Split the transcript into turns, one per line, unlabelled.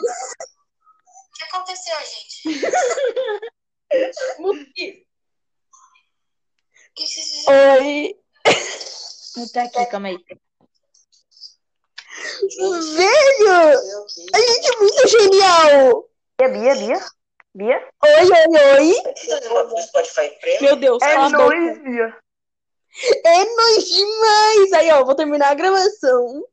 O que aconteceu, gente? O que vocês fizeram?
Oi.
Não tá aqui, calma aí.
Velho, a gente é muito genial.
Bia, Bia, Bia. Bia?
Oi, oi, oi.
O Spotify Premium?
Meu Deus,
É
cala a boca.
nóis, Bia.
É nóis demais. Aí, ó, vou terminar a gravação.